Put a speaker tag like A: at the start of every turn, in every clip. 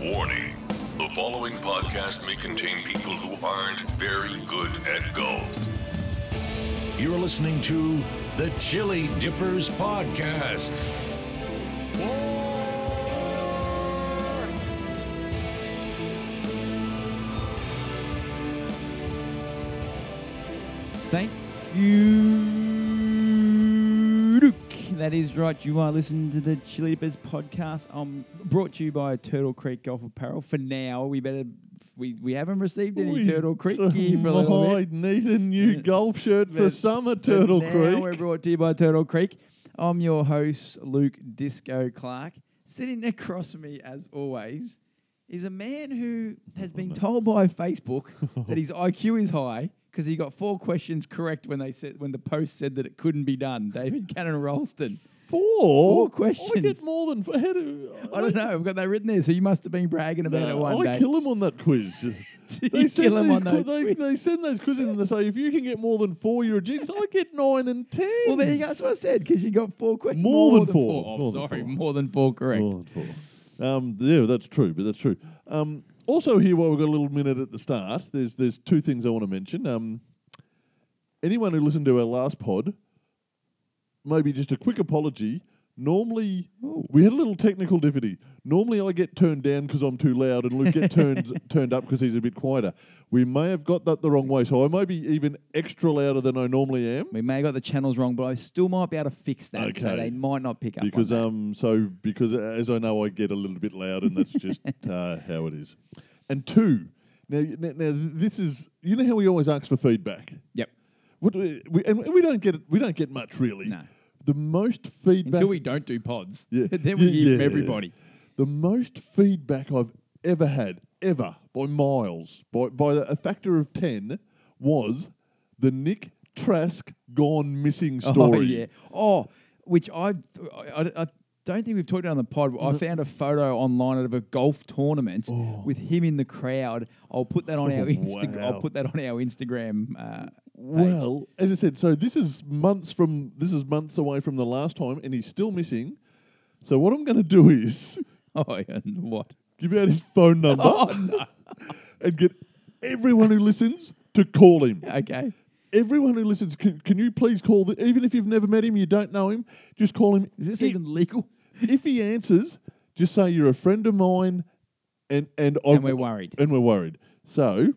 A: Warning the following podcast may contain people who aren't very good at golf. You're listening to the Chili Dippers Podcast.
B: Thank you, Luke. That is right. You are listening to the Chili Dippers podcast. Um, brought to you by Turtle Creek Golf Apparel. For now, we better we, we haven't received any
C: We
B: Turtle Creek
C: do-
B: gear for a little bit.
C: I need a new
B: Yeah.
C: golf shirt for
B: But-
C: summer,
B: but
C: Turtle
B: now We're
C: Creek.
B: brought to you by Turtle Creek. I'm your host, Luke Disco Clark. Sitting across from me, as always, is a man who has been told by Facebook that his IQ is high because he got four questions correct when they said when the post said that it couldn't be done. David Cannon Ralston.
C: Four? I
B: questions.
C: get more than four. How do,
B: I don't know. I've got that written there, so you must have been bragging about
C: No,
B: it one
C: I
B: day.
C: kill 'em on that quiz.
B: Did
C: They
B: you
C: send
B: kill him
C: these
B: on
C: qui-
B: those
C: they,
B: quiz-
C: they send those quizzes and they say, if you can get more than four, you're a jinx. I get nine and ten.
B: Well, there you go. That's what I said because you got four questions.
C: More than four.
B: Oh,
C: More than
B: sorry,
C: four.
B: more than four correct.
C: More than four. Um, yeah, that's true, but that's true. Um, also, here, while we've got a little minute at the start, there's there's two things I want to mention. Um, anyone who listened to our last pod, maybe just a quick apology. Normally,
B: Oh.
C: we had a little technical difficulty. Normally, I get turned down because I'm too loud, and Luke get turned turned up because he's a bit quieter. We may have got that the wrong way, so I may be even extra louder than I normally am.
B: We may have got the channels wrong, but I still might be able to fix that. So
C: Okay.
B: they might not pick up. on
C: because
B: that.
C: um so because as I know I get a little bit loud and that's just uh, how it is. And two, now now now this is you know how we always ask for feedback.
B: Yep.
C: What do we, we and we don't get it, we don't get much really.
B: No.
C: The most feedback
B: Until we don't do pods.
C: Yeah.
B: then we
C: Yeah,
B: hear from
C: yeah.
B: everybody.
C: the most feedback I've ever had ever by miles by by a factor of 10 was the Nick Trask gone missing story.
B: Oh, yeah. Oh, which I, I, I don't think we've talked about on the pod. but I found a photo online of a golf tournament with him in the crowd. I'll put that on our
C: Oh,
B: Instagram. I'll
C: wow.
B: put that on our Instagram. Uh,
C: Well, as I said, so this is months from this is months away from the last time, and he's still missing. So what I'm going to do is
B: oh, and what?
C: give out his phone number
B: Oh,
C: and get everyone who listens to call him.
B: Okay.
C: Everyone who listens, can, can you please call? The, even if you've never met him, you don't know him, just call him.
B: Is this
C: I-
B: even legal?
C: if he answers, just say you're a friend of mine, and and I-
B: And we're worried.
C: and we're worried. So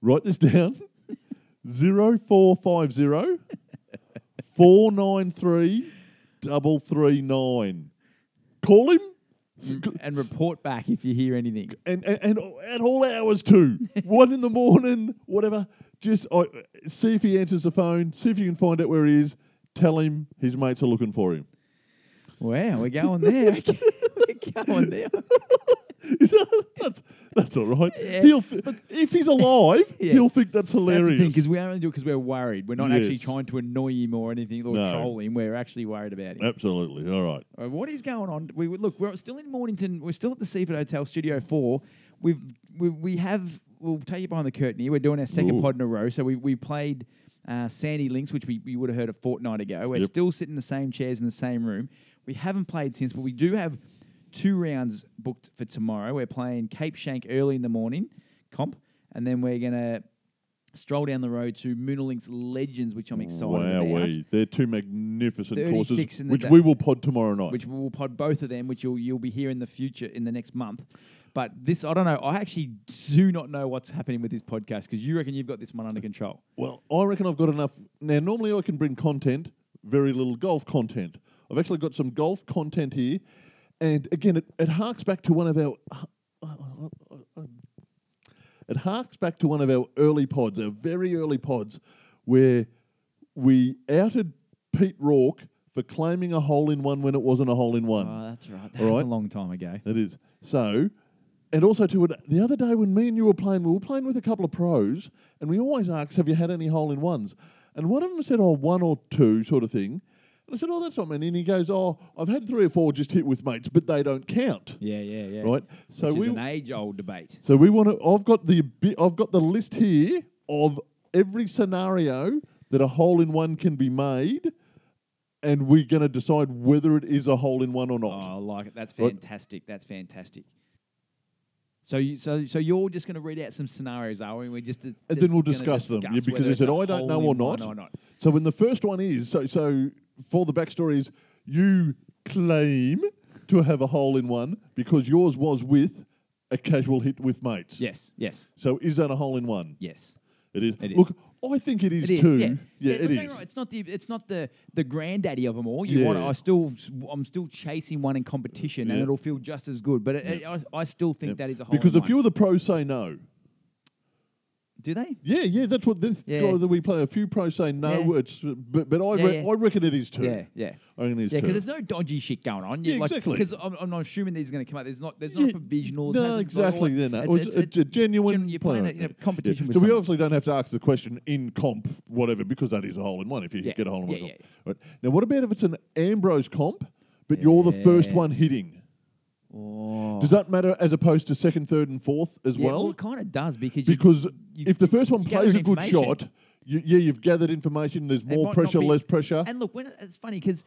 C: write this down: zero four five zero four nine three double three nine. Call him S- c-
B: And report back if you hear anything.
C: and, and and at all hours too. One in the morning, whatever. Just I, see if he answers the phone. See if you can find out where he is. Tell him his mates are looking for him.
B: Wow, we're going there. Okay. we're going there.
C: that's, that's all right. He'll th- if he's alive,
B: Yeah.
C: he'll think
B: That's
C: that's
B: the thing,
C: hilarious.
B: because we only do it because we're worried. We're not actually
C: Yes.
B: trying to annoy him or anything or
C: No.
B: troll him. We're actually worried about him.
C: Absolutely. All right.
B: Uh, What is going on? We we- look. We're still in Mornington. We're still at the Seaford Hotel Studio Four. We've we, we have. We'll take you behind the curtain here. We're doing our second
C: Ooh.
B: pod in a row. So we we played uh, Sandy Links, which we, we would have heard a fortnight ago. We're
C: Yep.
B: still sitting in the same chairs in the same room. We haven't played since, but we do have two rounds booked for tomorrow. We're playing Cape Shank early in the morning, comp, and then we're gonna stroll down the road to Moonalink's Legends, which I'm excited about.
C: Wowee. They're two magnificent
B: 36
C: courses,
B: in the
C: which
B: day.
C: we will pod tomorrow night.
B: which we'll pod both of them, which you'll you'll be here in the future in the next month. But this, I don't know. I actually do not know what's happening with this podcast because you reckon you've got this one under control.
C: well, I reckon I've got enough. Now, normally I can bring content, very little golf content. I've actually got some golf content here. And again, it, it harks back to one of our. uh, It harks back to one of our early pods, our very early pods, where we outed Pete Rourke for claiming a hole in one when it wasn't a hole in one.
B: Oh, that's right. That's
C: All right.
B: a long time ago.
C: It is. So, and also too, the other day when me and you were playing, we were playing with a couple of pros, and we always ask, "Have you had any hole in ones?" And one of them said, "Oh, one or two, sort of thing." And I said, "Oh, that's not many." And he goes, "Oh, I've had three or four just hit with mates, but they don't count,
B: Yeah, yeah, yeah.
C: right?" So
B: Which is
C: we,
B: an age-old debate.
C: so we want to. I've got the abi- I've got the list here of every scenario that a hole in one can be made, and we're going to decide whether it is a hole in one or
B: Oh,
C: not.
B: I like it. That's
C: Right.
B: fantastic. That's fantastic. So you, so so you're just going to read out some scenarios, are we? And we just, and
C: then we'll discuss them, yeah, because you said, "I don't know or not."
B: or not.
C: So when the first one is, so so for the backstory is you claim to have a hole in one because yours was with a casual hit with mates.
B: Yes, yes,
C: So is that a hole in one?
B: yes.
C: It is.
B: It is.
C: Look, I think it is,
B: It is,
C: too.
B: yeah.
C: it
B: don't get me
C: is.
B: wrong, it's not the it's not the the granddaddy of them all. You want
C: Yeah.
B: I still I'm still chasing one in competition, and
C: Yeah.
B: it'll feel just as good. But it, I, I still think that is a whole.
C: because a few of the pros say no.
B: do they?
C: Yeah, yeah, that's what this
B: Yeah.
C: guy that we play. A few pros say no,
B: Yeah.
C: it's but, but I,
B: Yeah,
C: re-
B: yeah.
C: I reckon it is too.
B: Yeah, yeah.
C: I reckon it is
B: Yeah,
C: too.
B: because there's no dodgy shit going on. You-
C: Yeah,
B: like,
C: exactly.
B: Because I'm, I'm not assuming these are going to come out. There's not. There's not
C: Yeah,
B: a provisional. it
C: No,
B: hasn't- it's not all-
C: exactly. Yeah, no.
B: it's-
C: It's,
B: it's-
C: a- a genuine.
B: gen- You're playing
C: player,
B: a, in a
C: yeah.
B: competition.
C: Yeah.
B: With
C: So we
B: someone.
C: obviously don't have to ask the question in comp, whatever, because that is a hole in one. If you
B: Yeah.
C: get a hole in one,
B: Yeah,
C: comp. Right. now what about if it's an Ambrose comp, but you're the first
B: Yeah.
C: one hitting?
B: Oh.
C: Does that matter as opposed to second, third, and fourth as
B: Yeah, well,
C: well?
B: it kind of does because you-
C: Because
B: you-
C: if the first one
B: you
C: plays
B: gather
C: a good
B: information.
C: shot, you, yeah, you've gathered information. There's
B: It might
C: more
B: not
C: pressure,
B: be-
C: less pressure.
B: And look, when it's funny because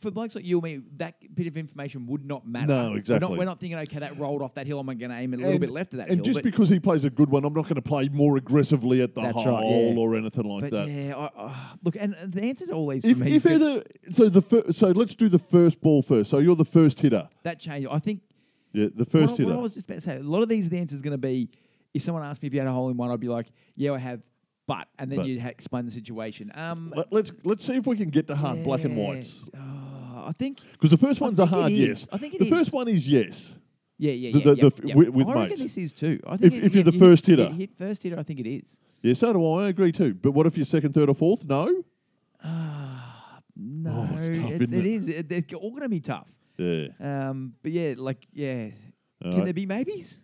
B: for blokes like you and me, that bit of information would not matter.
C: No,
B: We're not,
C: exactly.
B: we're not thinking, okay, that rolled off that hill. I'm going to aim a little
C: And-
B: bit left of that
C: And
B: hill.
C: just
B: but,
C: because he plays a good one, I'm not going to play more aggressively at the
B: That's right,
C: hole
B: yeah.
C: or anything like
B: but
C: that.
B: yeah, I, ah, look, and uh, the answer to all these
C: If,
B: for me
C: if
B: is that,
C: either, so the fir- so let's do the first ball first. So you're the first hitter.
B: that change, I think
C: Yeah, the
B: what I-
C: first
B: what,
C: hitter.
B: I was just about to say, a lot of these the answer is going to be if someone asked me if you had a hole in one, I'd be like, yeah, I have, but, and then
C: But.
B: you'd ha- explain the situation. Um,
C: Let, us let's see if we can get to hard uh, black and
B: yeah,
C: whites
B: ah, I think,
C: because the first one's a
B: think it
C: hard
B: is.
C: yes.
B: I think it
C: the
B: is.
C: first one is yes.
B: yeah, yeah,
C: The-
B: yeah.
C: the-
B: yeah,
C: the-
B: yeah.
C: with- with
B: I reckon
C: mates.
B: this is too. I think
C: If-
B: it-
C: if you're
B: yeah,
C: the
B: you
C: first
B: hit,
C: hitter.
B: hit, hit first hitter, I think it is.
C: Yeah, so do I. I agree too. But what if you're second, third, or fourth? No.
B: No,
C: Oh, it's tough,
B: it's-
C: isn't
B: it
C: it?
B: is. It- they're all going to be tough.
C: Yeah.
B: Um, but yeah, like yeah, can
C: right.
B: there be maybes?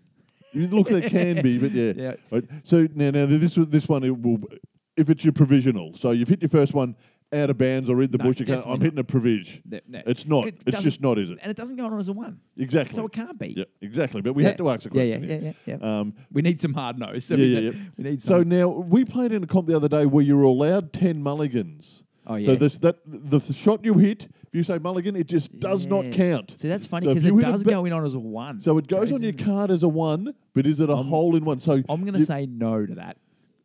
C: You Look, there can be, but yeah.
B: Yeah.
C: Right. So now, now this one- this one it will, if it's your provisional. So you've hit your first one out of bounds or in the
B: No,
C: bush. You can't,
B: definitely
C: I'm
B: not.
C: hitting a provision.
B: No, no.
C: It's not.
B: It
C: it's
B: doesn't-
C: just not, is it?
B: And it doesn't go on as a one,
C: Exactly.
B: so it can't be.
C: Yeah, exactly. But we
B: Yeah.
C: had to ask the
B: Yeah, yeah,
C: question.
B: yeah, yeah,
C: Um,
B: We need some hard nos. So
C: yeah,
B: we,
C: yeah,
B: need-
C: yeah.
B: we need
C: so
B: some.
C: now we played in a comp the other day where you were allowed ten mulligans.
B: Oh,
C: So
B: yeah.
C: this, that the shot you hit, if you say mulligan, it just does not
B: Yeah.
C: count.
B: See, that's funny
C: So if
B: because
C: you
B: it
C: hit a
B: does
C: ba-
B: go in on as a one.
C: So it goes on
B: Crazy.
C: your card as a one, but is it a hole in one? So
B: I'm going to
C: you-
B: say no to that.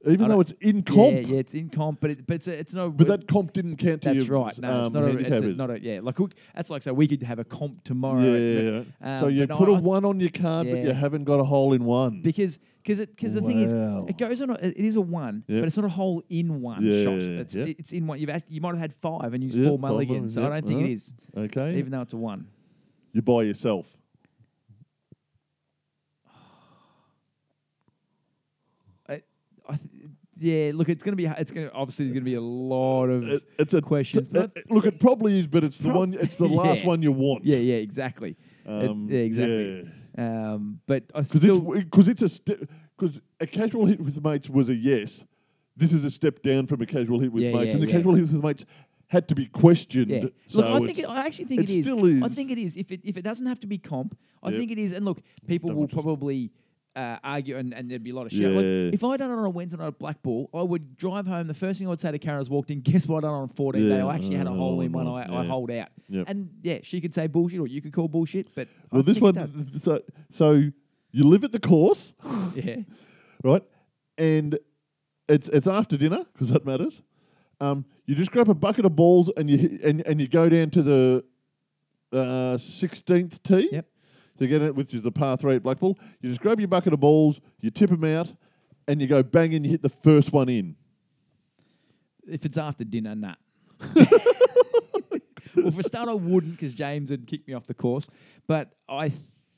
C: even
B: I
C: though
B: don't-
C: it's in comp,
B: Yeah, yeah, it's in comp, but it, but it's a, it's no.
C: but that comp didn't count to
B: that's
C: your
B: right. No, it's
C: um,
B: not. A, it's
C: handicap,
B: a,
C: is it?
B: not a. Yeah, like we, that's like so we could have a comp tomorrow.
C: yeah.
B: but, um,
C: so you
B: but
C: put
B: I-
C: a
B: I-
C: one on your card, but you
B: Yeah.
C: haven't got a hole in one.
B: because because it because the thing is
C: Wow.
B: it goes on a, it is a one
C: Yep.
B: but it's not a hole in one
C: Yeah,
B: shot
C: yeah, yeah,
B: it's,
C: yeah.
B: it's in one you've act, you might have had five and used
C: Yeah,
B: four
C: five uh-huh.
B: mulligans so
C: mulligans,
B: I
C: yeah,
B: don't think
C: alright.
B: it is
C: okay,
B: even though it's a one
C: you're by yourself.
B: I, I th- yeah look it's gonna be h- it's gonna obviously there's gonna be a lot of
C: It- it's a
B: questions
C: t-
B: but
C: it- look, it probably is, but it's the
B: Prob-
C: one. It's the
B: Yeah.
C: last one you want.
B: yeah yeah exactly It-
C: Um,
B: yeah exactly um but I
C: Because it's
B: still
C: because it's a step because a casual hit with mates was a yes. This is a step down from a casual hit with
B: Yeah,
C: mates,
B: yeah,
C: and the
B: yeah.
C: casual hit with mates had to be questioned.
B: yeah
C: So
B: look I think
C: it's-
B: it, I actually think
C: it
B: it is
C: still is.
B: I think it is if it if it doesn't have to be comp I
C: Yep.
B: think it is and look people
C: Don't
B: will
C: want to-
B: probably uh, argue and, and there'd be a lot of shit. Like,
C: Yeah.
B: if I done it on a Wednesday night at Black Ball, I would drive home. The first thing I would say to Karen as I walked in, guess what I done on 14 day?
C: Yeah,
B: I actually had a
C: uh,
B: hole in one. I,
C: one,
B: I
C: yeah.
B: hold out.
C: Yep.
B: And yeah, she could say bullshit or you could call bullshit, but I
C: well, this
B: think
C: one.
B: it does.
C: th- So so you live at the course,
B: yeah,
C: right? And it's it's after dinner because that matters. Um, you just grab a bucket of balls and you hit- and and you go down to the uh, sixteenth tee.
B: Yep.
C: To get it, which is the par three at Blackpool, you just grab your bucket of balls, you tip them out, and you go bang and you hit the first one in.
B: if it's after dinner, nah. well, for a start, I wouldn't because James had kicked me off the course, but I.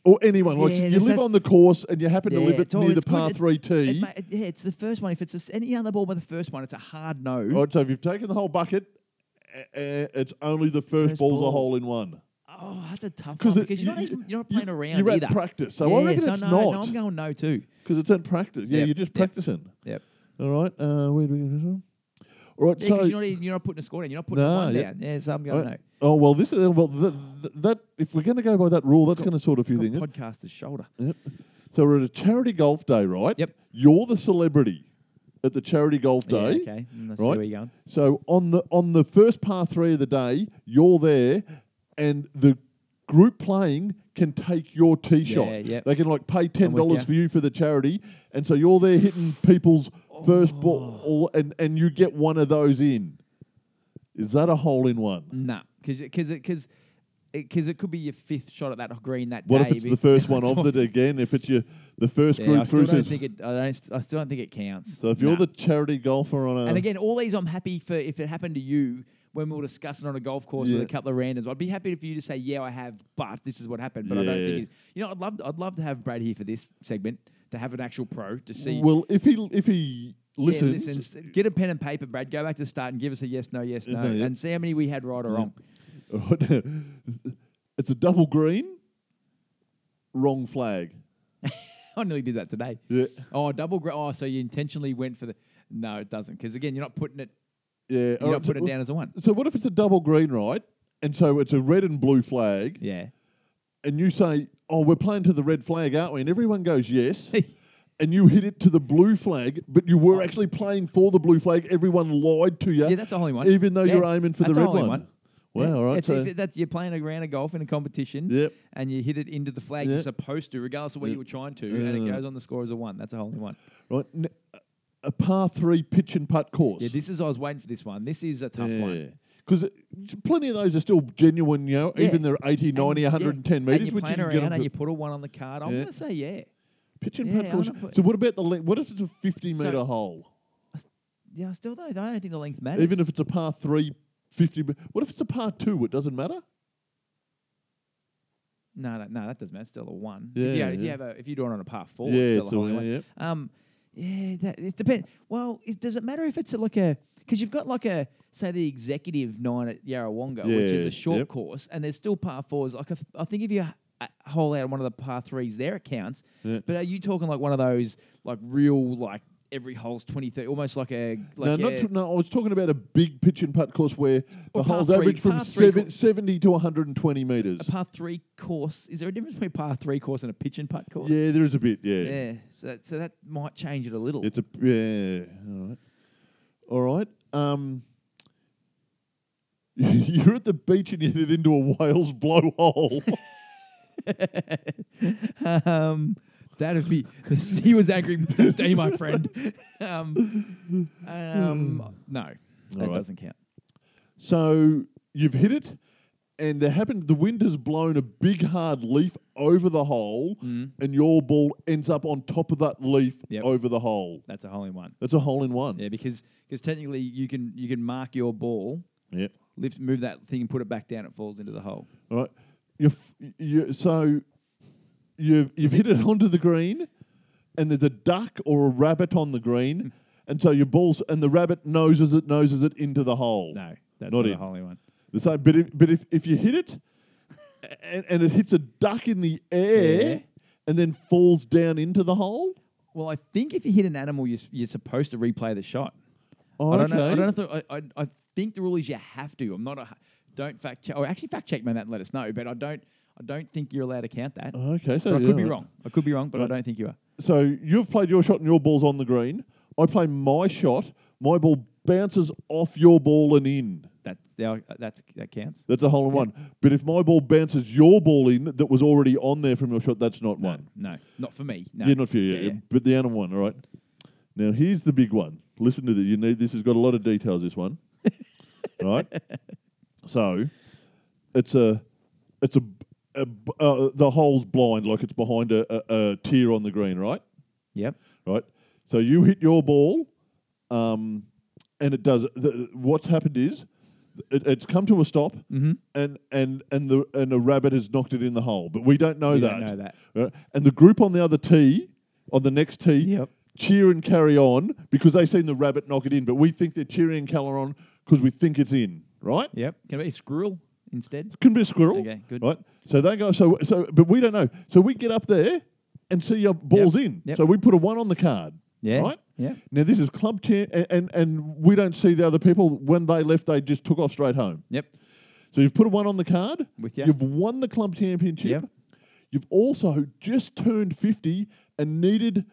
C: Or anyone. like
B: Yeah,
C: you
B: there's
C: live
B: that-
C: on the course and you happen
B: yeah,
C: to live it
B: it's all-
C: near the
B: it's good.
C: par
B: It-
C: three
B: it
C: tee.
B: ma- it- yeah, it's the first one. If it's a s any other ball but the first one, it's a hard no.
C: Right, so if you've taken the whole bucket, uh, it's only the first,
B: First
C: ball's
B: ball.
C: a hole in one.
B: Oh, that's a tough one
C: Because
B: because you're not even, you're not playing around
C: You're
B: either.
C: at practice, so I
B: Yeah,
C: reckon
B: so
C: it's
B: no,
C: not
B: No, I'm going no too.
C: because it's at practice. Yeah,
B: Yep,
C: you're just
B: yep.
C: practicing.
B: Yep.
C: All right, uh, where do we go? from? All right,
B: Yeah,
C: so
B: 'cause you're not even, you're not putting a score down. You're not putting
C: No,
B: a one
C: yeah.
B: down. Yeah, so I'm
C: all
B: going
C: right. oh well, this is well th- th- that if we're going to go by that rule, that's going to sort a few
B: no.
C: things.
B: Podcaster's shoulder.
C: So we're at a charity golf day, right?
B: Yep.
C: You're the celebrity at the charity golf
B: Yeah,
C: day.
B: okay. Mm, I see where
C: right?
B: you're going.
C: So on the on the first par three of the day, you're there, and the group playing can take your tee shot.
B: Yeah, yep.
C: They can like pay ten
B: with
C: dollars
B: ya.
C: for you for the charity, and so you're there hitting people's first
B: Oh.
C: ball, and and you get one of those in. Is that a hole in one?
B: No, because because because because it could be your fifth shot at that green that
C: What
B: day.
C: if it's the
B: bec-
C: first one
B: I
C: of
B: don't-
C: the again? If it's your the first
B: Yeah,
C: group
B: I still
C: through,
B: don't
C: says-
B: think it. I don't. st- I still don't think it counts.
C: so if you're
B: Nah.
C: the charity golfer on a
B: and again, all these I'm happy for if it happened to you when we were discussing on a golf course
C: Yeah.
B: with a couple of randoms. I'd be happy if you just say, "Yeah, I have," but this is what happened. But I don't
C: Yeah.
B: think it, you know. I'd love. I'd love to have Brad here for this segment to have an actual pro to see.
C: well, if he if he
B: Yeah,
C: listens,
B: listens. Get a pen and paper, Brad. Go back to the start and give us a yes, no, yes, no,
C: no, yeah.
B: and see how many we had right or wrong.
C: it's a double green, wrong flag.
B: I nearly did that today.
C: Yeah,
B: Oh, double. Gra- oh, so you intentionally went for the. No, it doesn't. Because again, you're not putting it.
C: yeah.
B: You're
C: alright,
B: not putting
C: so,
B: it down as a one.
C: So what if Oh, it's a double green, right? And so it's a red and blue flag,
B: Yeah.
C: and you say, "Oh, we're playing to the red flag, aren't we?" And everyone goes, "Yes." and you hit it to the blue flag, but you were actually playing for the blue flag. Everyone lied to you.
B: Yeah, that's a hole in one.
C: Even though
B: Yeah,
C: you're aiming for the
B: that's a
C: red
B: hole in
C: one.
B: one.
C: Wow,
B: Yeah.
C: all right.
B: It's,
C: So,
B: it's- that's you're playing a round of golf in a competition.
C: Yep.
B: And you hit it into the flag you're
C: Yep.
B: supposed to, regardless of where you were trying to, and it
C: Yeah.
B: goes on the score as a one. That's a hole in one.
C: right, n- a par three pitch and putt course.
B: Yeah. This is. I was waiting for this one. This is a tough one.
C: Because plenty of those are still genuine, you know,
B: Yeah.
C: even they're 80, 90,
B: And, yeah,
C: 110 metres,
B: And you
C: which you
B: plan
C: can get
B: around
C: on
B: and
C: the
B: you put a one on the card. I'm
C: Yeah.
B: gonna say yeah.
C: pitch and
B: Yeah,
C: putt
B: I'm
C: course.
B: not put-
C: So what about the length? What if it's a 50
B: So-
C: metre hole?
B: Yeah. I still don't. I don't think the length matters.
C: Even if it's a par three, 50. me- What if it's a par two? It doesn't matter?
B: No, no, no, that doesn't matter. It's still a one.
C: Yeah,
B: if you, have- if
C: yeah.
B: you have a, if you do it on a par four,
C: Yeah,
B: it's still
C: it's
B: a
C: a
B: hole in
C: one,
B: one. Um, yeah, that, it depends. Well, it, does it matter if it's a, like a because you've got like a say the executive nine at Yarrawonga, which is
C: Yeah,
B: a short
C: yep.
B: course, and there's still par fours. Like I, th- I think if you h- uh, hole out one of the par threes, there it counts.
C: Yeah.
B: But are you talking like one of those like real like every hole's 20, 30, almost like a
C: no,
B: like
C: not
B: a-
C: to, no, I was talking about a big pitch and putt course where the
B: Or par
C: holes
B: three-
C: average from
B: par three
C: seven,
B: cour-
C: 70 to 120 metres.
B: a par three course? Is there a difference between a par three course and a pitch and putt course?
C: Yeah, there is a bit, yeah.
B: Yeah, so that, so that might change it a little.
C: It's a yeah. All right. All right. Um, you're at the beach and you hit it into a whale's blowhole.
B: um, that'd be he was angry today, my friend. Um, um, no, that
C: Hmm. All right.
B: doesn't count.
C: so you've hit it, and there happened. The wind has blown a big hard leaf over the hole, and your ball ends up on top of that leaf
B: Yep.
C: over the hole.
B: That's a hole in one.
C: That's a hole in one.
B: Yeah, because because technically you can you can mark your ball,
C: Yep.
B: lift, move that thing, and put it back down. It falls into the hole.
C: All right. You f- you so you've you've hit it onto the green, and there's a duck or a rabbit on the green, and so your balls and the rabbit noses it noses it into the hole.
B: No, that's
C: Not
B: not,
C: in.
B: a hole in one.
C: The same, but if, but if, if you hit it, a- and, and it hits a duck in the air,
B: Yeah.
C: and then falls down into the hole.
B: Well, I think if you hit an animal, you're, s- you're supposed to replay the shot.
C: Oh,
B: I don't know. I
C: okay.
B: don't know if the, I, I, I think the rule is you have to. I'm not a. Don't fact check. Or actually, fact check me on that and let us know. But I don't. I don't think you're allowed to count that.
C: Oh, Okay, so
B: But I
C: yeah,
B: could be
C: right.
B: wrong. I could be wrong, but I don't think you are.
C: So you've played your shot and your ball's on the green. I play my shot. My ball bounces off your ball and in.
B: That's yeah, that's that counts.
C: That's a hole in one. But if my ball bounces your ball in that was already on there from your shot, that's not one.
B: No, not for me. No.
C: Yeah, not for you.
B: Yeah, yeah.
C: But the animal one, all right. Now here's the big one. Listen to this. You need this has got a lot of details. This one, All right? So it's a it's a, a b- uh, the hole's blind, like it's behind a, a, a tier on the green, right?
B: Yep.
C: right? So you hit your ball, um, and it does. The, what's happened is, it, it's come to a stop,
B: Mm. Mm-hmm.
C: and and and the and a rabbit has knocked it in the hole. But we don't know
B: We
C: that.
B: don't know that.
C: Right? And the group on the other tee, on the next tee,
B: Yep.
C: cheer and carry on because they seen the rabbit knock it in. But we think they're cheering and carrying on because we think it's in. Right?
B: Yep. Can it be squirrel instead?
C: Can be a squirrel.
B: Okay, good.
C: Right. So they go. So so, but we don't know. So we get up there and see your balls in.
B: yep.
C: So we put a one on the card.
B: Yeah.
C: Right.
B: Yeah.
C: Now this is club chair, and, and and we don't see the other people. When they left, they just took off straight home.
B: Yep.
C: So you've put a one on the card.
B: With ya.
C: You've won the club championship.
B: Yep.
C: You've also just turned fifty and needed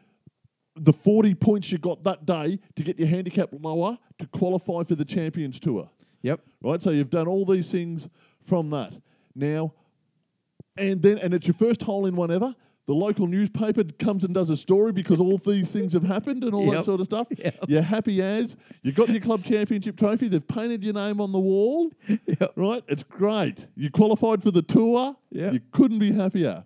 C: the forty points you got that day to get your handicap lower to qualify for the Champions Tour
B: Yep.
C: right? So you've done all these things from that. Now, and then and it's your first hole in one ever. The local newspaper comes and does a story because all these things have happened and all
B: Yep.
C: that sort of stuff.
B: Yep.
C: You're happy as you got your club championship trophy. They've painted your name on the wall.
B: Yep.
C: Right, it's great. You qualified for the tour.
B: Yep.
C: you couldn't be happier.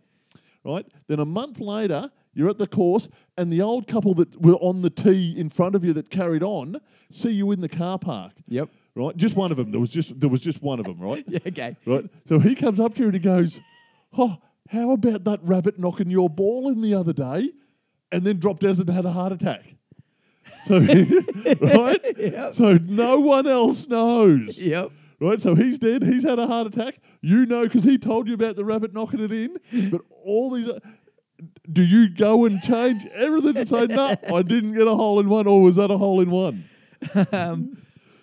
C: Right, then a month later, you're at the course, and the old couple that were on the tee in front of you that carried on see you in the car park.
B: Yep.
C: Right, just one of them. There was just there was just one of them. Right.
B: Yeah, okay.
C: Right? So he comes up to you and he goes, Oh, how about that rabbit knocking your ball in the other day and then dropped as and had a heart attack? So, right?
B: Yep.
C: So no one else knows.
B: Yep.
C: Right? So he's dead. He's had a heart attack. You know because he told you about the rabbit knocking it in. But all these. Do you go and change everything and say, No, I didn't get a hole in one, or was that a hole in one?
B: Um,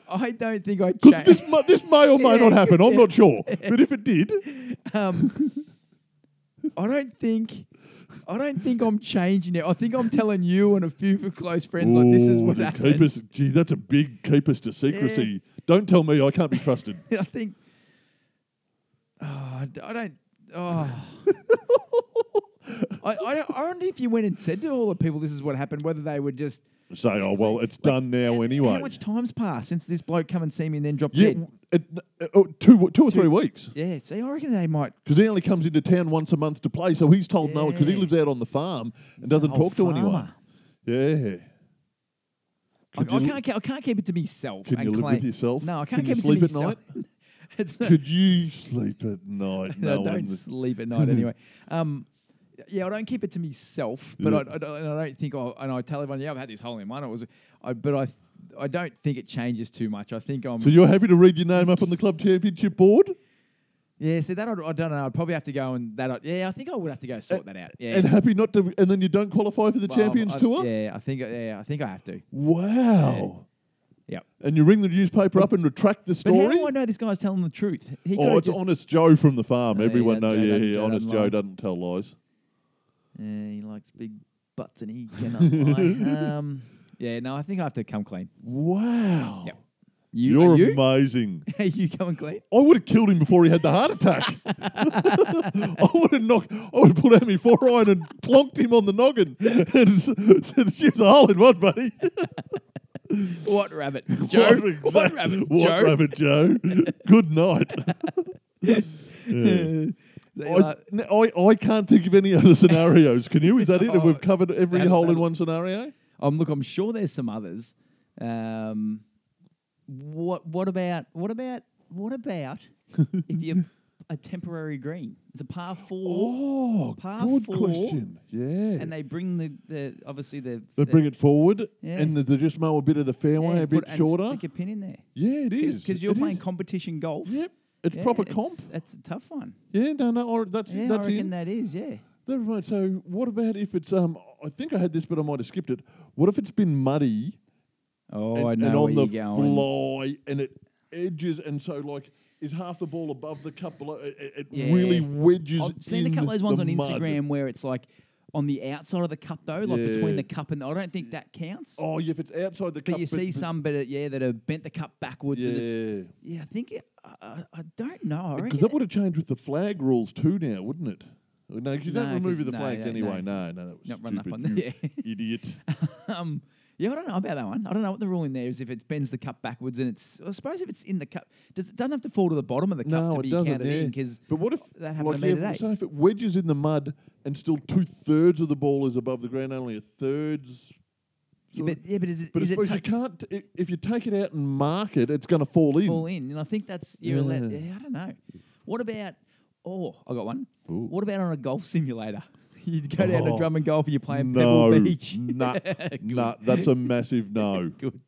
B: I don't think I
C: Because
B: changed.
C: this, mu- this may or may not happen. I'm not sure. But if it did,
B: Um, I don't think. I don't think I'm changing it. I think I'm telling you and a few of close friends like this is
C: Ooh,
B: what
C: to
B: happened.
C: Keep us, gee, that's a big keep us to secrecy. Don't tell me I can't be trusted.
B: I think. Oh, I d- I don't. Oh. I, I, don't, I wonder if you went and said to all the people this is what happened, whether they were just.
C: Say, oh well, it's done now anyway.
B: How much time's passed since this bloke come and see me and then dropped
C: yeah,
B: dead?
C: it, oh, two, two or three weeks.
B: Yeah, see, I reckon they might.
C: Because he only comes into town once a month to play, so he's told no because he
B: Yeah.
C: lives out on the farm and doesn't
B: old
C: talk to anyone.
B: Oh, farmer.
C: Yeah.
B: I, I
C: Could you-
B: can't. ke- I can't keep it to myself.
C: Can
B: and
C: you live
B: claim-
C: with yourself?
B: No, I can't
C: Can you
B: keep
C: sleep
B: it
C: at
B: to myself. it's not,
C: Could you sleep at night?
B: I
C: knowing
B: don't
C: that-
B: sleep at night anyway. Um, yeah, I don't keep it to myself, but
C: Yeah.
B: I, I, don't, and I don't think I and I tell everyone, yeah, I've had this hole in one. It was, I, but I, I don't think it changes too much. I think I'm.
C: So you're happy to read your name up on the club championship board?
B: yeah, see that I'd, I don't know. I'd probably have to go and that. I, yeah, I think I would have to go sort that out. Yeah,
C: And happy not to, and then you don't qualify for the
B: Well,
C: Champions
B: I-
C: Tour?
B: Yeah, I think. Yeah, I think I have to.
C: Wow.
B: Yep.
C: And you ring the newspaper up and retract the
B: But how
C: story?
B: do I know this guy's telling the truth? He
C: Oh,
B: could've
C: it's
B: just-
C: Honest Joe from the farm.
B: Oh, yeah,
C: Everyone
B: Joe
C: knows. Yeah,
B: doesn't-
C: yeah,
B: Joe
C: Honest
B: doesn't
C: Joe
B: lie.
C: doesn't tell lies.
B: Yeah, he likes big butts and he cannot lie. Um, yeah, no, I think I have to come clean.
C: Wow.
B: Yep. You,
C: You're
B: are you?
C: amazing.
B: Are you coming clean?
C: I would have killed him before he had the heart attack. I would have knocked. I would have put out my four iron and plonked him on the noggin and s- said, "She's a hole in one, buddy."
B: What rabbit, Joe?
C: What,
B: What,
C: exact-
B: rabbit,
C: what
B: Joe?
C: rabbit, Joe? Good night. Yeah.
B: They
C: I,
B: like-
C: n- I, I can't think of any other scenarios. Can you? Is that it? Have
B: Oh,
C: We've covered every
B: that'll-
C: hole in
B: that'll-
C: one scenario.
B: um, look, I'm sure there's some others. Um, what? What about? What about? What about if you're a temporary green? It's a par four,
C: Oh,
B: Par
C: good
B: four,
C: question. Yeah.
B: and they bring the, the obviously the
C: they bring it forward,
B: Yeah.
C: and they just mow a bit of the fairway, a bit shorter.
B: Stick a pin in there
C: Yeah, it is.
B: because you're
C: It
B: playing
C: is.
B: competition golf.
C: Yep, it's
B: Yeah,
C: proper
B: it's-
C: comp.
B: That's a tough one.
C: Yeah, no, no, or that's
B: Yeah,
C: that's
B: I reckon
C: in.
B: that is. Yeah.
C: Never mind. So, what about if it's um? I think I had this, but I might have skipped it. What if it's been muddy
B: Oh,
C: and,
B: I
C: and
B: know
C: on
B: where
C: the
B: you're going.
C: fly, and it edges, and so like is half the ball above the cup below? It, it- it really
B: Yeah.
C: wedges.
B: I've seen a
C: in
B: couple of those ones
C: the
B: on
C: mud.
B: Instagram where it's like on the outside of the cup though, like
C: Yeah.
B: between the cup and I don't think that counts.
C: Oh, yeah, if it's outside the cup,
B: but you see some, but uh, yeah, that have bent the cup backwards. And it's,
C: yeah,
B: yeah, I think it, I- I, I don't know. I reckon
C: because that would have changed with the flag rules too now, wouldn't it? No, 'cause you don't
B: No,
C: remove
B: 'cause-
C: the
B: no,
C: flags
B: no,
C: anyway. No, no, that was
B: Not run
C: stupid.
B: up on the-
C: you idiot.
B: um, yeah, I don't know about that one. I don't know what the rule in there is if it bends the cup backwards and it's. I suppose if it's in the cup, does it doesn't have to fall to the bottom of the cup
C: no,
B: to
C: it
B: be
C: doesn't.
B: counted
C: yeah.
B: in because
C: but what if
B: that happened
C: like,
B: to me
C: yeah,
B: today.
C: So if it wedges in the mud and still two thirds of the ball is above the ground, only a third's.
B: yeah,
C: sort
B: but,
C: of-
B: yeah, but is it,
C: but I
B: is it
C: suppose
B: ta-
C: you can't. i- If you take it out and mark it, it's going to fall in.
B: fall in. And I think that's you're allowed.
C: Yeah.
B: Yeah, I don't know. What about? Oh, I got one.
C: Ooh.
B: What about on a golf simulator? You go down to
C: Oh,
B: drum and golf and you're playing
C: no,
B: Pebble Beach.
C: nah,
B: Good.
C: nah, that's a massive no.
B: Good.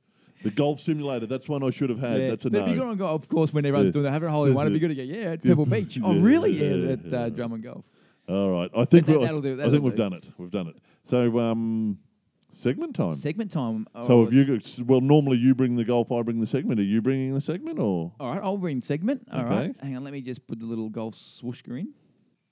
C: The golf simulator, that's one I should have had.
B: Yeah.
C: That's a
B: But
C: no.
B: if you go on golf course when everyone's
C: Yeah.
B: doing that, have a hole in one, it'd be good to go, yeah, at Pebble Beach. Oh,
C: Yeah,
B: really?
C: yeah,
B: Yeah, at uh,
C: yeah.
B: drum and golf.
C: All right, I think
B: that-
C: we're-
B: that'll do-
C: I
B: that'll
C: think we've
B: do.
C: done it. We've done it. So, um, segment time.
B: Segment time. Oh,
C: so, have you? got- s- Well, normally you bring the golf, I bring the segment. Are you bringing the segment or?
B: All right, I'll bring segment. All right,
C: Okay.
B: Hang on, let me just put the little golf swooshka in.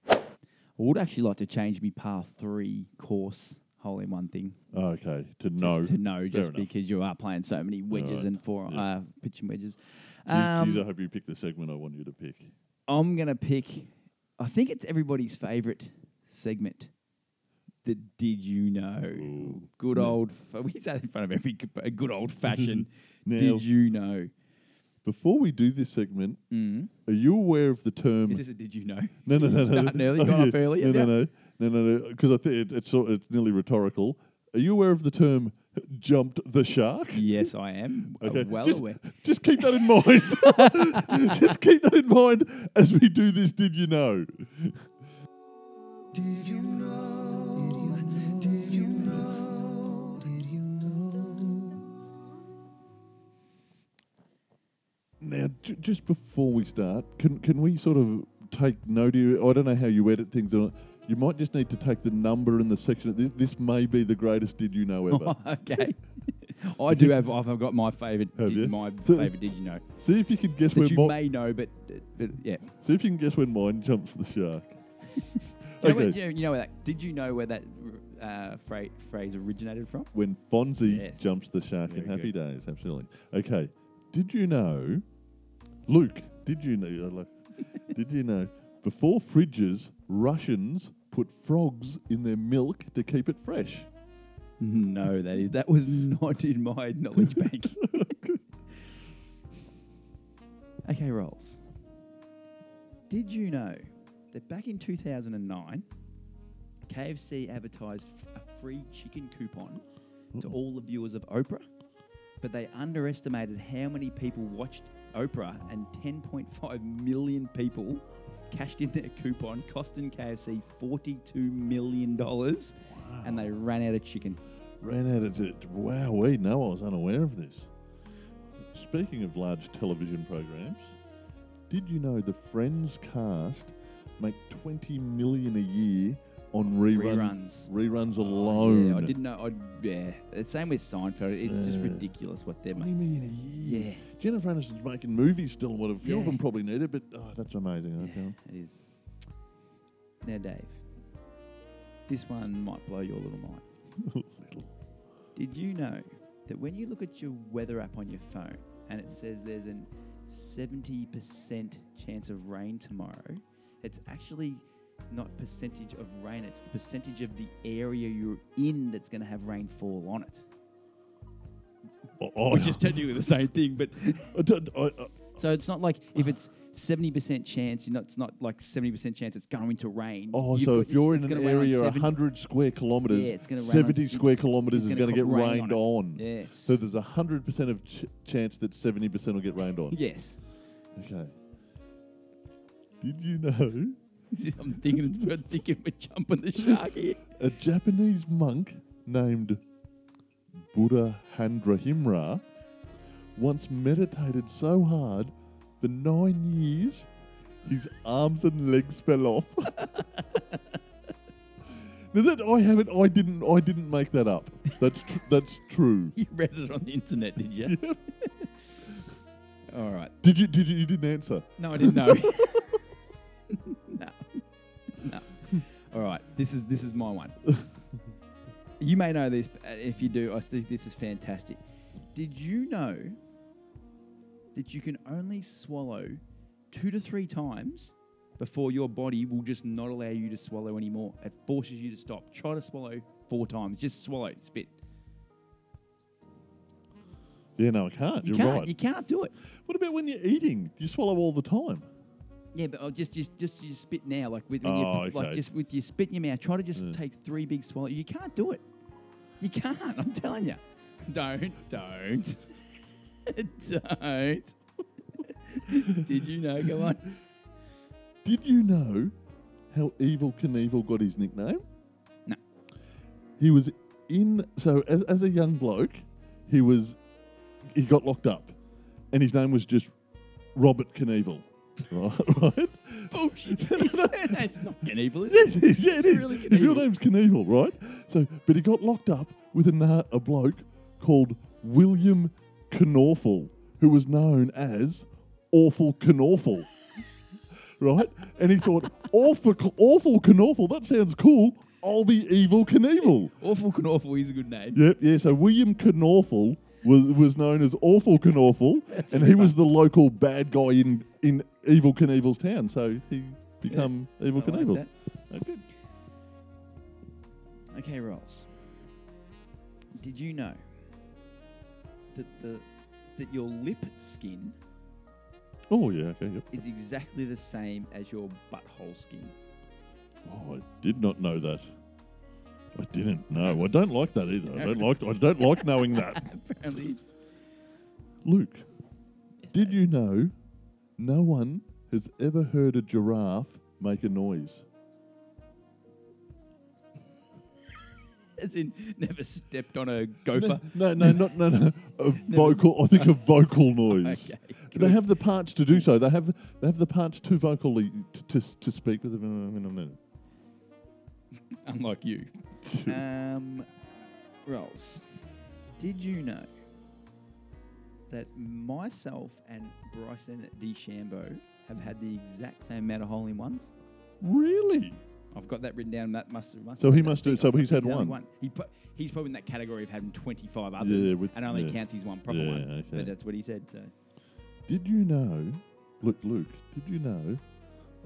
B: I would actually like to change me par three course hole in one thing.
C: Okay, to
B: just
C: know.
B: to know just
C: enough.
B: because you are playing so many wedges
C: Alright,
B: and four
C: yeah.
B: uh, pitching wedges.
C: Geez,
B: Um,
C: I hope you pick the segment I want you to pick.
B: I'm gonna pick. I think it's everybody's favourite segment. The did you know? Good old. Fa- we say that in front of every g- a good old fashioned.
C: Now-
B: did you know?
C: Before we do this segment,
B: Mm.
C: are you aware of the term?
B: Is this a did you know?
C: no, no, no, no,
B: Starting
C: no.
B: early,
C: Oh,
B: gone
C: yeah.
B: off early.
C: No,
B: yeah.
C: no, no, no, no, no. Because I think it, it's sort- it's nearly rhetorical. Are you aware of the term "jumped the shark"?
B: Yes, I am. uh, well
C: Oh, just,
B: aware.
C: Just keep that in mind. just keep that in mind as we do this. Did you know? Now, j- just before we start, can can we sort of take note? Of, I don't know how you edit things. On, you might just need to take the number and the section. This, this may be the greatest "Did you know" ever.
B: okay. I do have. I've I've got my favourite.
C: Have
B: did-
C: you?
B: My
C: So-
B: favourite. Did you know?
C: See if you can guess
B: That
C: when
B: you
C: mi-
B: may know, but, but yeah.
C: see if you can guess when mine jumps the shark.
B: Do you, know where, do you know- you know where that? Did you know where that uh, phrase, phrase originated from?
C: when Fonzie
B: Yes.
C: jumps the shark in
B: Very
C: Happy Days. Absolutely. Okay. Did you know, Luke? Did you know? I like- did you know? Before fridges, Russians put frogs in their milk to keep it fresh.
B: No, that is that was not in my knowledge bank. okay, rolls. Did you know that back in 2009, KFC advertised f- a free chicken coupon to all the viewers of Oprah, but they underestimated how many people watched Oprah, and 10.5 million people cashed in their coupon, costing KFC 42 million dollars, and they ran out of chicken.
C: Ran out of it. Wow, we know I was unaware of this. Speaking of large television programs, did you know the Friends cast make 20 million a year on rerun,
B: Reruns. Oh,
C: reruns alone?
B: Yeah, I didn't know. I, yeah, it's same with Seinfeld. It's just
C: Uh,
B: ridiculous what they're
C: Twenty
B: making.
C: million a year.
B: Yeah.
C: Jennifer Aniston's making movies still. What a few of
B: Yeah.
C: them probably need it, but oh, that's amazing.
B: Yeah,
C: that film.
B: it is. Now, Dave, this one might blow your little mind. Did you know that when you look at your weather app on your phone and it says there's a 70% chance of rain tomorrow, it's actually not percentage of rain, it's the percentage of the area you're in that's going to have rainfall on it.
C: Oh, oh,
B: Which is technically the same thing, but
C: I don't- oh, I- I-
B: so it's not like if it's 70% chance, you're not, it's not like 70% chance it's going to rain.
C: oh,
B: You've
C: so
B: got-
C: if you're in
B: gonna
C: an
B: rain on
C: area
B: 70
C: 100 square kilometres,
B: Yeah, it's gonna rain on
C: 70
B: 60.
C: square
B: It's
C: kilometres is
B: gonna
C: going to
B: got
C: get
B: rain
C: rained
B: on
C: on.
B: Yes.
C: So there's a 100% of ch- chance that 70% will get rained on.
B: yes.
C: Okay. Did you know
B: I'm thinking, it's worth thinking we're jumping the shark here.
C: a Japanese monk named Buddha Handrahimra once meditated so hard for nine years his arms and legs fell off. now that I haven't, I didn't, I didn't make that up. That's tr- that's true.
B: You read it on the internet, did you? All right.
C: Did you? Did you? You didn't answer.
B: No, I didn't know. no. No. All right. This is this is my one. you may know this, but uh, if you do, I think this is fantastic. Did you know that you can only swallow two to three times before your body will just not allow you to swallow anymore? It forces you to stop. Try to swallow four times. Just swallow, spit.
C: Yeah, no, I can't.
B: You
C: You're
B: can't.
C: right.
B: You can't do it.
C: What about when you're eating? You swallow all the time.
B: Yeah, but I'll just just just you spit now, like with when you,
C: Oh,
B: like
C: okay. Mm.
B: just with your spit in your mouth. Try to just
C: Yeah.
B: take three big swallows. You can't do it. You can't. I'm telling you. Don't, don't, don't. Did you know? Come on.
C: Did you know how Evil Knievel got his nickname?
B: No.
C: He was in. So as, as a young bloke, he was he got locked up, and his name was just Robert Knievel. Right, right.
B: Bullshit. His surname's not Knievel, is
C: Yeah,
B: it?
C: it is. Yeah, it
B: It's
C: is.
B: really
C: His real
B: Knievel.
C: name's Knievel, right? So, but he got locked up with a, na- a bloke called William Knorfel, who was known as Awful Knorfel, right? And he thought, awful, awful Knorfel, that sounds cool. I'll be evil Knievel.
B: Awful Knorfel is a good name.
C: Yep, yeah. So William Knorfel was was known as Awful Knorfel,
B: That's
C: and
B: a
C: he
B: good
C: was the local bad guy in in Evil Knievel's town. So he become evil
B: I like
C: Knievel.
B: that.
C: Oh, good.
B: Okay, Rolls. Did you know that the that your lip skin
C: Oh yeah, okay. Yep.
B: is exactly the same as your butthole skin?
C: Oh, I did not know that. I didn't know. I don't like that either. I don't like. I don't like knowing that.
B: Apparently, it's,
C: Luke, did you know? No one has ever heard a giraffe make a noise.
B: as in never stepped on a gopher.
C: No, no, not no, no. A vocal. I think a vocal noise.
B: Okay,
C: They have the parts to do so. They have they have the parts to vocally to, to, to speak with them.
B: Unlike you. Um, Rolls, did you know that myself and Bryson DeChambeau have had the exact same amount of hole in ones?
C: Really?
B: I've got that written down. That must have. Must
C: So
B: have
C: he
B: been
C: must
B: that
C: do-
B: big
C: so
B: old
C: he's had
B: only
C: one.
B: He put, he's probably in that category of having 25 others
C: Yeah, with-
B: and only
C: yeah.
B: counts his one proper
C: Yeah,
B: one.
C: okay.
B: But that's what he said. So
C: Did you know? Look, Luke. Did you know?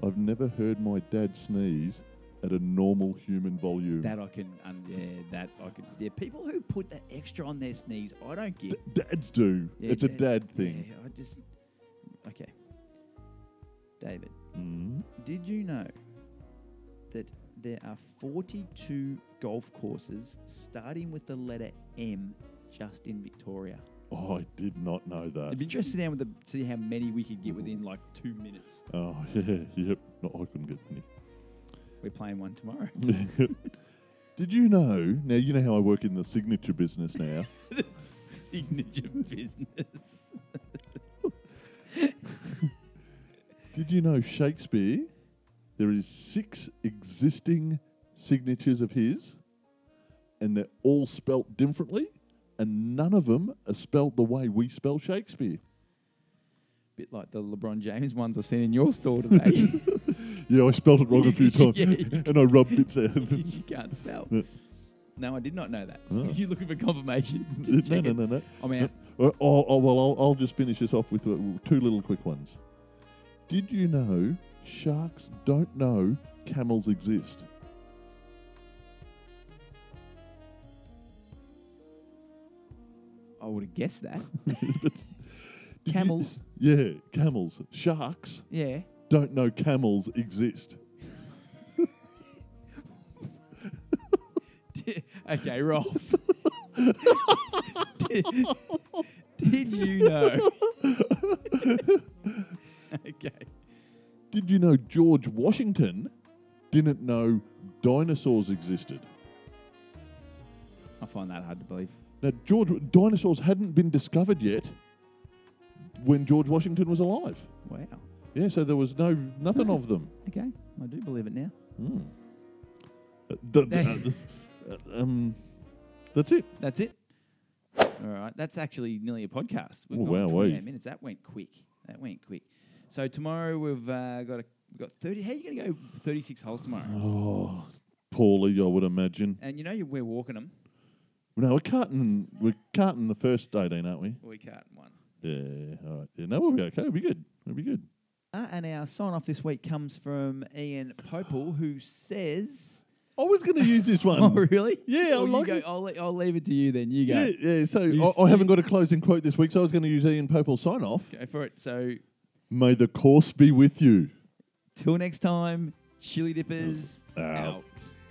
C: I've never heard my dad sneeze at a normal human volume.
B: that I can. Um, yeah, that I can. Yeah, people who put that extra on their sneeze, I don't get.
C: Dads do.
B: Yeah,
C: it's a dad
B: that-
C: thing.
B: Yeah, I just. Okay. David,
C: Mm.
B: did you know that there are 42 golf courses starting with the letter M just in Victoria?
C: Oh, I did not know
B: It'd
C: that.
B: be interesting down with the, see how many we could get within like two minutes.
C: Oh yeah, yep. No, I couldn't get any.
B: We're playing one tomorrow.
C: Did you know? Now you know how I work in the signature business now.
B: the signature business.
C: Did you know Shakespeare? There is six existing signatures of his, and they're all spelt differently, and none of them are spelt the way we spell Shakespeare.
B: Bit like the LeBron James ones I've seen in your store today.
C: Yeah, I spelt it wrong a few times,
B: Yeah, yeah.
C: and I rubbed bits out.
B: you can't spell.
C: No.
B: No, I did not know that.
C: Oh.
B: you looking for confirmation? Just
C: no,
B: check
C: no,
B: it.
C: no, no.
B: I'm out.
C: Oh, oh, oh, well, I'll, I'll just finish this off with uh, two little quick ones. Did you know sharks don't know camels exist?
B: I would have guessed that.
C: Did you-
B: Camels.
C: yeah, camels. Sharks
B: Yeah.
C: don't know camels exist.
B: okay, Rolls. did, did you know? okay.
C: Did you know George Washington didn't know dinosaurs existed?
B: I find that hard to believe.
C: Now, George, dinosaurs hadn't been discovered yet when George Washington was alive.
B: Wow.
C: Yeah, so there was no nothing of them.
B: Okay, I do believe it now.
C: Hmm. Uh, d- d- uh, uh, um, that's it.
B: That's it. All right, that's actually nearly a podcast. We've
C: Oh,
B: gone
C: wow,
B: 28
C: wait.
B: minutes. That went quick. That went quick. So tomorrow we've uh, got a, we've got thirty. How are you going to go thirty six holes tomorrow?
C: Oh, poorly, I would imagine.
B: And you know you, we're walking them.
C: No, we're carting. We're carting the first eighteen, aren't we?
B: We can't one.
C: Yeah. All right. Yeah. No, we'll be okay. We'll be good. We'll be good.
B: Uh, and our sign off this week comes from Ian Popel, who says,
C: I was going to use this one.
B: "Oh, really?
C: Um, yeah, I
B: Well, you
C: like
B: go.
C: it.
B: I'll, le- I'll leave it to you then. You go.
C: Yeah, yeah. So
B: You s-
C: I, I haven't got a closing quote this week, so I was going to use Ian Popel's sign off.
B: Go for it. So
C: May the course be with you.
B: till next time, Chili Dippers
C: Out.
B: out.
A: Oh,